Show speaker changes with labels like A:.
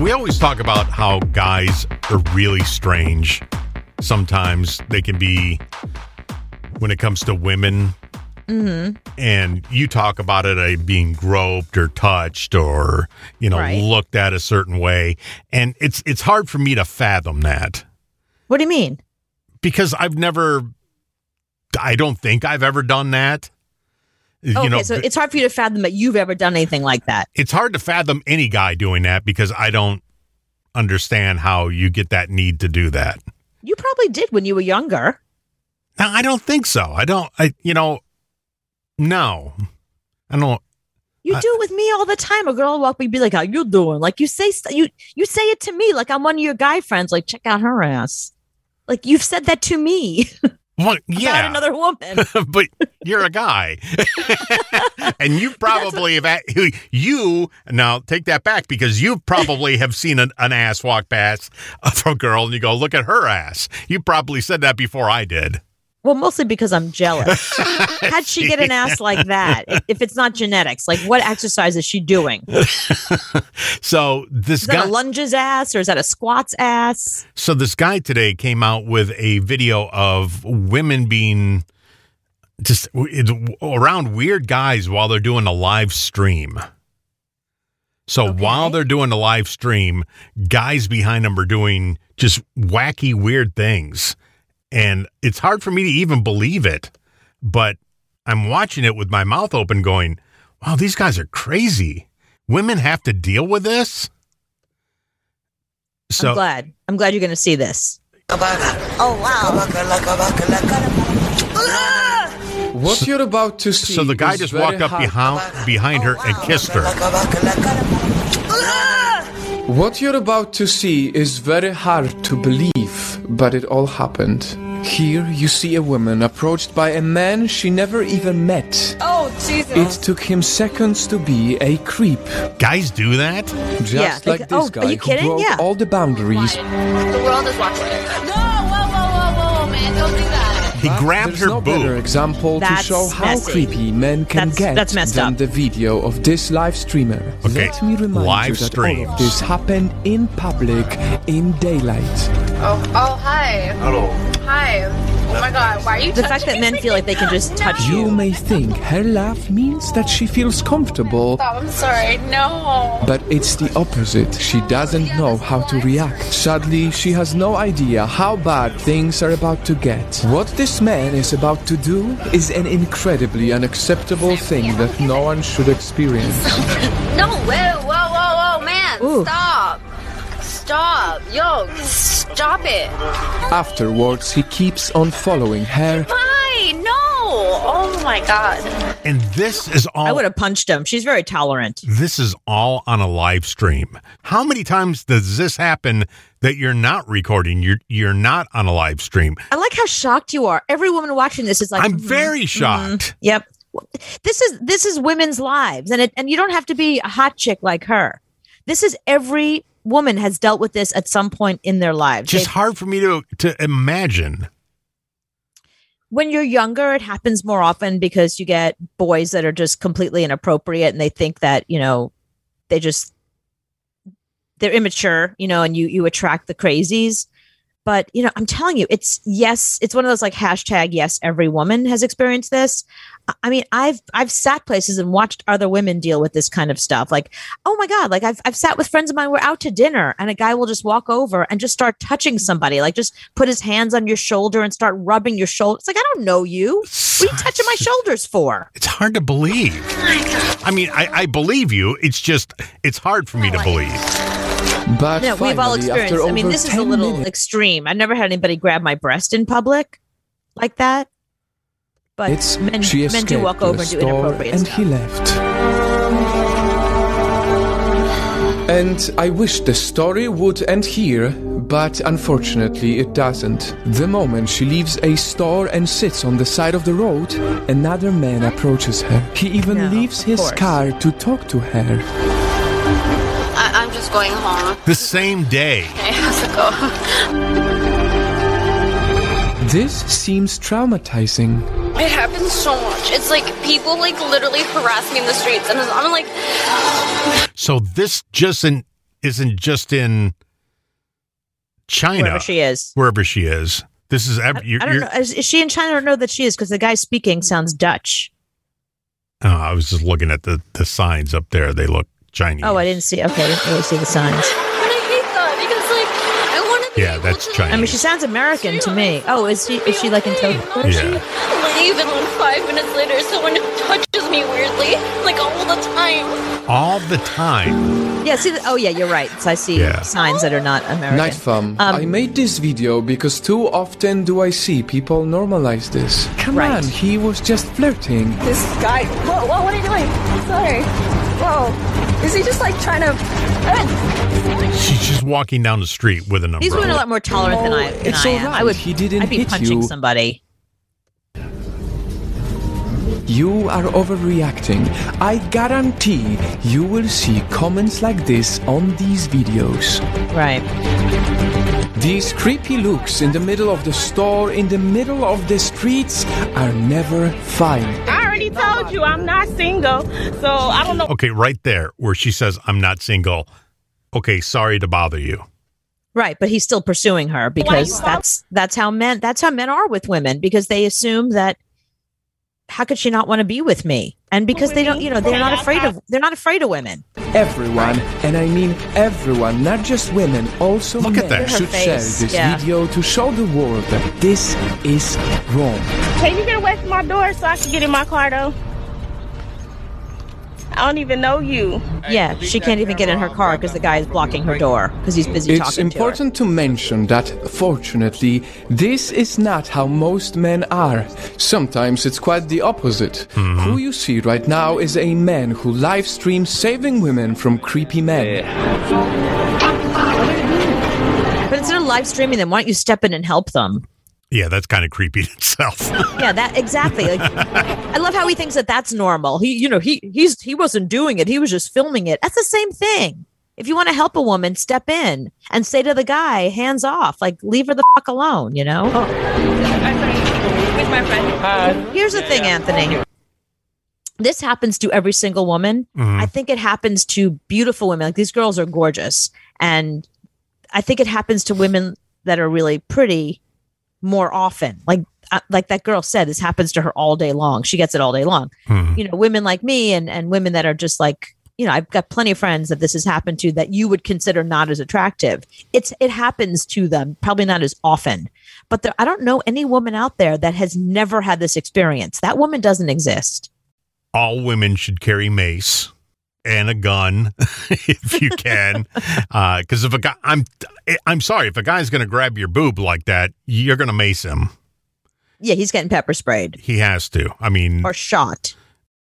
A: We always talk about how guys are really strange. Sometimes they can be when it comes to women.
B: Mm-hmm.
A: And you talk about it uh, being groped or touched or, you know,
B: Right.
A: looked at a certain way. And it's it's hard for me to fathom that
B: What do you mean?
A: because I've never I don't think I've ever done that. You
B: okay,
A: know,
B: so
A: th-
B: it's hard for you to fathom that you've ever done anything like that.
A: it's hard to fathom any guy doing that because I don't understand how you get that need to do that.
B: You probably did when you were younger.
A: Now, I don't think so. I don't, I, you know, no, I don't.
B: You
A: I-
B: do it with me all the time. A girl will walk me, be like, "How you doing?" Like you say, st- you you say it to me, like I'm one of your guy friends. Like check out her ass. Like you've said that to me
A: Well,
B: about
A: yeah,
B: another woman.
A: but you're a guy, and you probably have a- you now take that back because you probably have seen an, an ass walk past of a girl, and you go, "Look at her ass." You probably said that before I did.
B: well, mostly because I'm jealous. How'd she get an ass like that? If it's not genetics, like what exercise is she doing? Is
A: So this
B: that
A: guy,
B: a lunges ass or is that a squats ass?
A: So this guy today came out with a video of women being just it's around weird guys while they're doing a live stream. So
B: Okay.
A: while they're doing a live stream, guys behind them are doing just wacky weird things. And it's hard for me to even believe it, but I'm watching it with my mouth open going, "Wow, these guys are crazy. Women have to deal with this?" So
B: I'm glad. I'm glad you're going to see this.
C: Oh wow.
D: What you're about to see.
A: So the guy
D: is
A: just
D: very
A: walked up
D: hard.
A: behind, behind her and kissed her.
D: What you're about to see is very hard to believe, but it all happened. Here you see a woman approached by a man she never even met.
C: Oh Jesus.
D: It took him seconds to be a creep,
A: Guys do that?
D: just
B: Yeah,
D: like
B: like-
D: this
B: oh, are
D: guy
B: you
D: who
B: kidding?
D: broke
B: Yeah.
D: all the boundaries.
E: The world is watching it.
C: No, whoa, whoa, whoa, whoa, man, don't do that.
A: He
D: But
A: grabbed
D: there's
A: her
D: no better
A: boob.
D: example
B: That's
D: to show how
B: messy.
D: creepy men can
B: That's-
D: get
B: that's messed
D: than
B: up.
D: the video of this live streamer.
A: Okay,
D: Let me remind
A: live
D: you that all
A: streams.
D: of this happened in public, in daylight.
E: Oh, oh, hi. Hello. Hi. Oh my God. Why are you?
B: The fact that
E: touching
B: men
E: me?
B: feel like they can just touch
D: You
B: you.
D: may think her laugh means that she feels comfortable,
E: Stop. I'm sorry. No.
D: but it's the opposite. She doesn't know how to react. Sadly, she has no idea how bad things are about to get. What this man is about to do is an incredibly unacceptable thing that no one should experience.
E: No. Whoa, whoa, whoa, whoa, man.
B: Ooh.
E: Stop. Stop. Yo, stop it.
D: Afterwards, he keeps on following her.
E: Why? No. Oh my God.
A: And this is
B: I
A: all
B: would have punched him. She's very tolerant.
A: this is all on a live stream. How many times does this happen that you're not recording? You're you're not on a live stream.
B: I like how shocked you are. Every woman watching this is like,
A: I'm
B: "Mhm,
A: very shocked.
B: Yep. This is this is women's lives, and it, and you don't have to be a hot chick like her. This is every woman has dealt with this at some point in their lives.
A: Just
B: They-
A: hard for me to to imagine.
B: when you're younger, it happens more often because you get boys that are just completely inappropriate, and they think that you know they just they're immature, you know, and you you attract the crazies. But you know, I'm telling you, it's yes, it's one of those like hashtag yes, every woman has experienced this. I- I mean, I've I've sat places and watched other women deal with this kind of stuff. Like, oh my god, like I've I've sat with friends of mine, we're out to dinner, and a guy will just walk over and just start touching somebody, like just put his hands on your shoulder and start rubbing your shoulder. It's like I don't know you. What are you touching my shoulders for?
A: It's hard to believe. I mean, I, I believe you. It's just it's hard for me to believe.
D: But
B: No,
D: finally,
B: we've all experienced.
D: after
B: I mean,
D: over
B: this is a
D: 10
B: little
D: minutes,
B: extreme. I never had anybody grab my breast in public like that. But
D: It's
B: men,
D: she
B: men
D: escaped
B: do walk
D: to
B: over
D: the
B: and do
D: store
B: inappropriate
D: and
B: stuff.
D: he left. And I wish the story would end here, but unfortunately it doesn't. The moment she leaves a store and sits on the side of the road, another man approaches her. He even
B: No,
D: leaves
B: of
D: his
B: course.
D: car to talk to her.
E: I- I'm just going home.
A: The same day.
E: I have to go.
D: This seems traumatizing.
E: It happens so much. It's like people like literally harass me in the streets, and I'm like,
A: So this just in, isn't just in China,
B: wherever she is.
A: wherever she is. This is
B: I,
A: ev- you're,
B: I don't
A: you're,
B: know. Is, is she in China? I don't know that she is because the guy speaking sounds Dutch.
A: Oh, I was just looking at the, the signs up there. They look Chinese.
B: Oh, I didn't see. Okay, I didn't really see the signs.
C: But I hate that because like I want to.
A: Yeah,
C: be
A: that's
C: able to,
A: China.
B: I mean, she sounds American to me. Oh, is she is she like in Tokyo?
C: Why don't you Leave, and then five minutes later, someone touches me weirdly, like all the time.
A: All the time.
B: Yeah. See. The, oh, yeah. You're right. So I see
A: Yeah.
B: signs that are not American.
D: Night Farm,
B: Um,
D: I made this video because too often do I see people normalize this. Come
B: Right.
D: on, he was just flirting.
F: This guy. Whoa, whoa, what are you doing? Sorry. Whoa. Is he just like trying to.
A: She's just walking down the street with an umbrella.
B: These women are a lot more tolerant than I than
D: It's
B: I am.
D: alright,
B: I would.
D: he didn't
B: I'd be
D: hit
B: punching
D: you.
B: somebody.
D: You are overreacting. I guarantee you will see comments like this on these videos.
B: Right.
D: These creepy looks in the middle of the store, in the middle of the streets, are never fine.
G: I already told you I'm not single, so I don't know
A: okay, right there where she says, I'm not single. Okay, sorry to bother you.
B: Right, but he's still pursuing her because that's that's how men that's how men are with women because they assume that how could she not want to be with me? And because they don't, you know, they're not afraid of they're not afraid of women.
D: Everyone, and I mean everyone, not just women, also
A: Look
D: men,
A: at that.
D: should
B: Her
D: share
B: face,
D: this
B: yeah.
D: video to show the world that this is wrong.
G: Can you get away from my door so I can get in my car though? I don't even know you.
B: yeah, she can't even get in her car because the guy is blocking her door because he's busy
D: It's
B: talking to her.
D: important to, mention that, fortunately, this is not how most men are. Sometimes it's quite the opposite. Who you see right now is a man who live streams saving women from creepy men.
B: But instead of live streaming them, why don't you step in and help them?
A: Yeah, that's kind of creepy in itself.
B: Yeah, that exactly. Like, I love how he thinks that that's normal. He, you know, he he's he wasn't doing it; he was just filming it. That's the same thing. If you want to help a woman, step in and say to the guy, "Hands off!" Like, leave her the fuck alone. You know. Oh. Here's the thing, Anthony. This happens to every single woman. I think it happens to beautiful women. Like these girls are gorgeous, and I think it happens to women that are really pretty more often. Like uh, like that girl said, this happens to her all day long. She gets it all day long.
A: Mhm.
B: You know, women like me and and women that are just like you know, I've got plenty of friends that this has happened to that you would consider not as attractive. It's it happens to them probably not as often, but there, I don't know any woman out there that has never had this experience. That woman doesn't exist.
A: all women should carry mace and a gun if you can because if a guy i'm i'm sorry if a guy's gonna grab your boob like that you're gonna mace him
B: Yeah, he's getting pepper sprayed
A: he has to i mean
B: or shot.